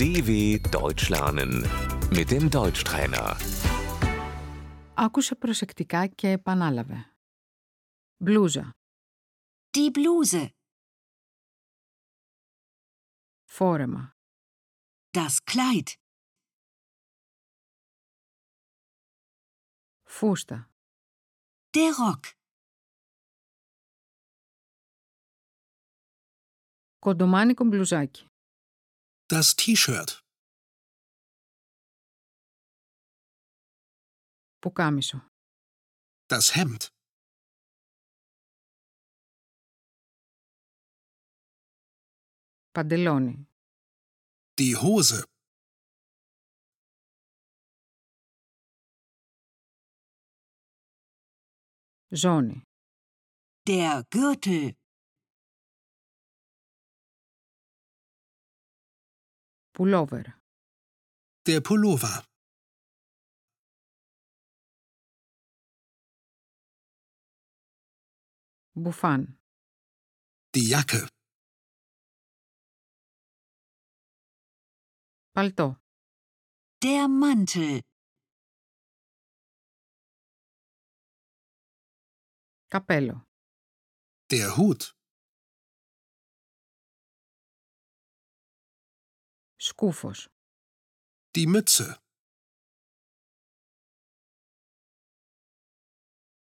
DW Deutsch lernen mit dem Deutschtrainer. Άκουσε προσεκτικά και επανάλαβε. Μπλούζα, Die Bluse, φόρεμα, das Kleid, φούστα, der Rock, κοντομάνικο μπλουζάκι, Das T-Shirt. πουκάμισο, Das Hemd. παντελόνι, Die Hose. ζώνη, der Gürtel, πουλόβερ, Der Pullover. μπουφάν, Die Jacke. παλτό, der Mantel, καπέλο, Der Hut. σκούφος, Die Mütze.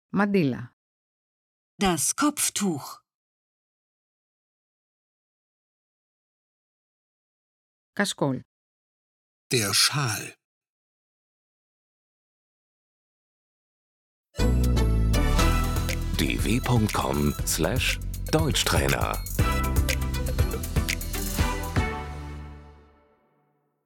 μαντίλα, das Kopftuch, κασκόλ, Der Schal. dw.com/deutschtrainer